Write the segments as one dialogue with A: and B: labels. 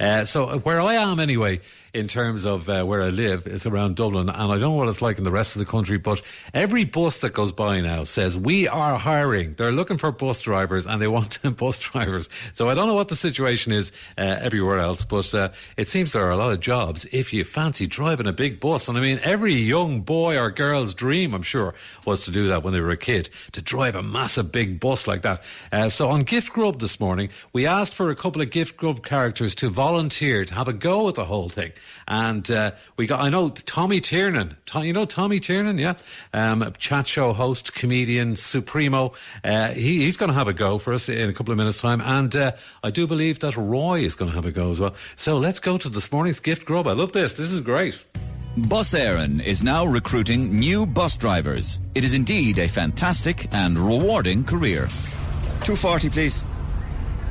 A: Uh, so where I am anyway, in terms of uh, where I live, is around Dublin, and I don't know what it's like in the rest of the country, but every bus that goes by now says we are hiring. They're looking for bus drivers, and they want bus drivers. So I don't know what the situation is uh, everywhere else, but uh, it seems there are a lot of jobs if you fancy driving a big bus. And I mean, every young boy or girl's dream, I'm sure, was to do that when they were a kid to drive a massive big bus like that. Uh, so on Gift Grub this morning, we asked for a couple of Gift Grub characters to volunteer to have a go at the whole thing. And uh, we got, I know Tommy Tiernan, To- you know Tommy Tiernan, yeah, um, chat show host, comedian, supremo. Uh, he, he's going to have a go for us in a couple of minutes' time, and uh, I do believe that Roy is going to have a go as well. So let's go to this morning's gift grub. I love this. This is great.
B: Bus Aaron is now recruiting new bus drivers. It is indeed a fantastic and rewarding career.
C: 240, please.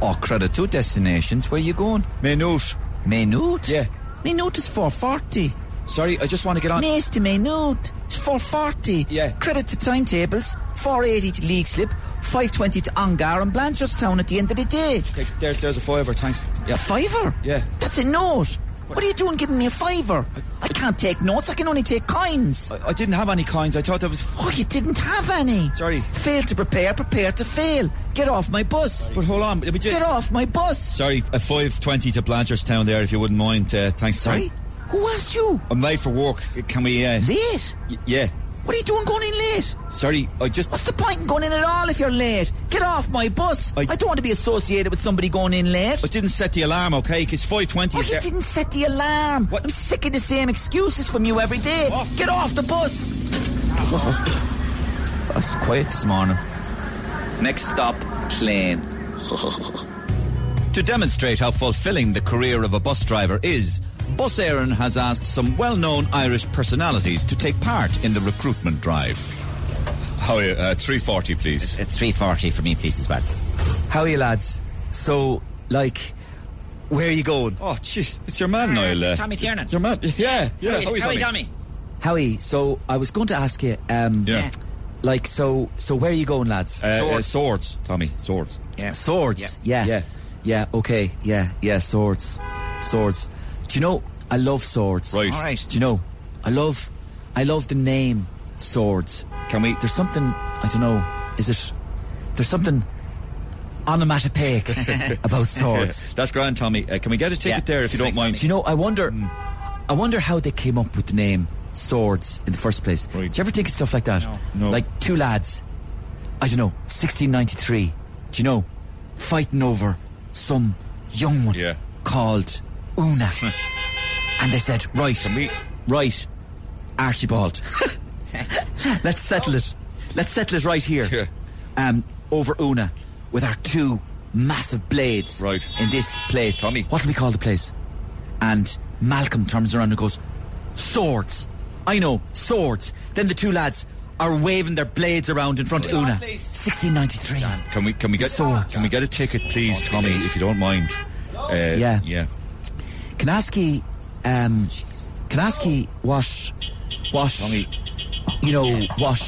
B: Au credit to destinations. Where you going?
C: Minute.
B: Minute?
C: Yeah.
B: Minute is 440.
C: Sorry, I just want to get on.
B: Nice to Minute. It's 440.
C: Yeah.
B: Credit to timetables. 480 to league slip. 520 to Angar and Blanchardstown at the end of the day.
C: There- There, there's a fiver, thanks.
B: A
C: Yeah.
B: fiver?
C: Yeah.
B: That's a note. What are you doing giving me a fiver? I can't take notes. I can only take coins.
C: I, I didn't have any coins. I thought that was.
B: Oh, you didn't have any.
C: Sorry.
B: Fail to prepare, prepare to fail. Get off my bus.
C: But hold on. Let me
B: Get
C: just.
B: off my bus.
C: Sorry, a 520 to Blanchardstown there, if you wouldn't mind. Uh, thanks.
B: Sorry? Who asked you?
C: I'm late for work. Can we. Uh,
B: Late?
C: y- yeah.
B: What are you doing going in late?
C: Sorry, I just.
B: What's the point in going in at all if you're late? Get off my bus. I,
C: I-
B: don't want to be associated with somebody going in late.
C: I didn't set the alarm, okay? It's 520.
B: Oh,
C: is
B: you
C: there-
B: didn't set the alarm.
C: What?
B: I'm sick of the same excuses from you every day.
C: Oh.
B: Get off the bus. That's quiet this morning. Next stop, plane.
C: To demonstrate how fulfilling the career of a bus driver is, Bus Aaron has asked some well known Irish personalities to take part in the recruitment drive. How are you? Uh, 340, please.
B: It's 3.40 for me, please, as well.
D: How are you, lads? So, like, where are you going?
C: Oh, jeez, it's your man, Niall. uh,
B: Ah, Tommy Tiernan.
C: Your man? Yeah, yeah. How are you, Tommy?
D: Howie, so I was going to ask you, um,
C: Yeah.
D: like, so, so where are you going, lads?
C: Uh, swords. swords, Tommy, swords.
B: Yeah.
D: swords. Yeah.
C: Yeah.
D: yeah. okay. Yeah, yeah, swords. Swords. Do you know, I love swords.
C: Right.
B: All right.
D: Do you know, I love, I love the name swords.
C: Can we?
D: There's something, I don't know, is it, there's something onomatopoeic about swords.
C: That's grand, Tommy. Uh, can we get a ticket
B: Yeah.
C: there if you don't
B: Thanks,
C: mind?
D: Do you know? I wonder. I wonder how they came up with the name Swords in the first place.
C: Right.
D: Do you ever think of stuff like that?
C: No. No.
D: Like two lads. I don't know. 1693. Do you know? Fighting over some young one
C: Yeah.
D: called Una, and they said, "Right,
C: we-
D: right, Archibald, let's settle it. Let's settle it right here,
C: Yeah.
D: um, over Una, with our two massive blades,
C: Right.
D: in this place.
C: Tommy.
D: What do we call the place? And Malcolm turns around and goes, Swords. I know, swords. Then the two lads are waving their blades around in front of Una. 1693.
C: Can we? Can we get?
D: Swords.
C: Can we get a ticket, please, Tommy, if you don't mind? Uh,
D: Yeah.
C: Yeah.
D: Can I ask you, um, can I ask you what, what,
C: Tommy.
D: you know, what,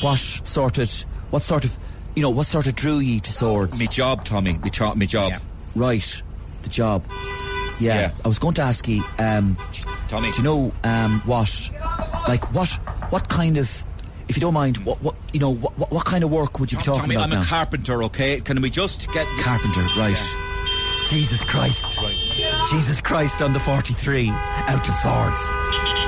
D: what sort of, what sort of, you know, what sort of drew ye to swords?
C: Me job, Tommy. Me, cho- me job.
D: Right, the job. Yeah,
C: Yeah.
D: I was going to ask you, um,
C: Tommy.
D: do you know um, what, like what, what kind of, if you don't mind, what, what you know, what, what, what kind of work would you be talking
C: Tommy,
D: about
C: I'm
D: now?
C: a carpenter, okay? Can we just get.
D: Carpenter, right? Jesus Christ, Jesus Christ on the forty-three, out of swords.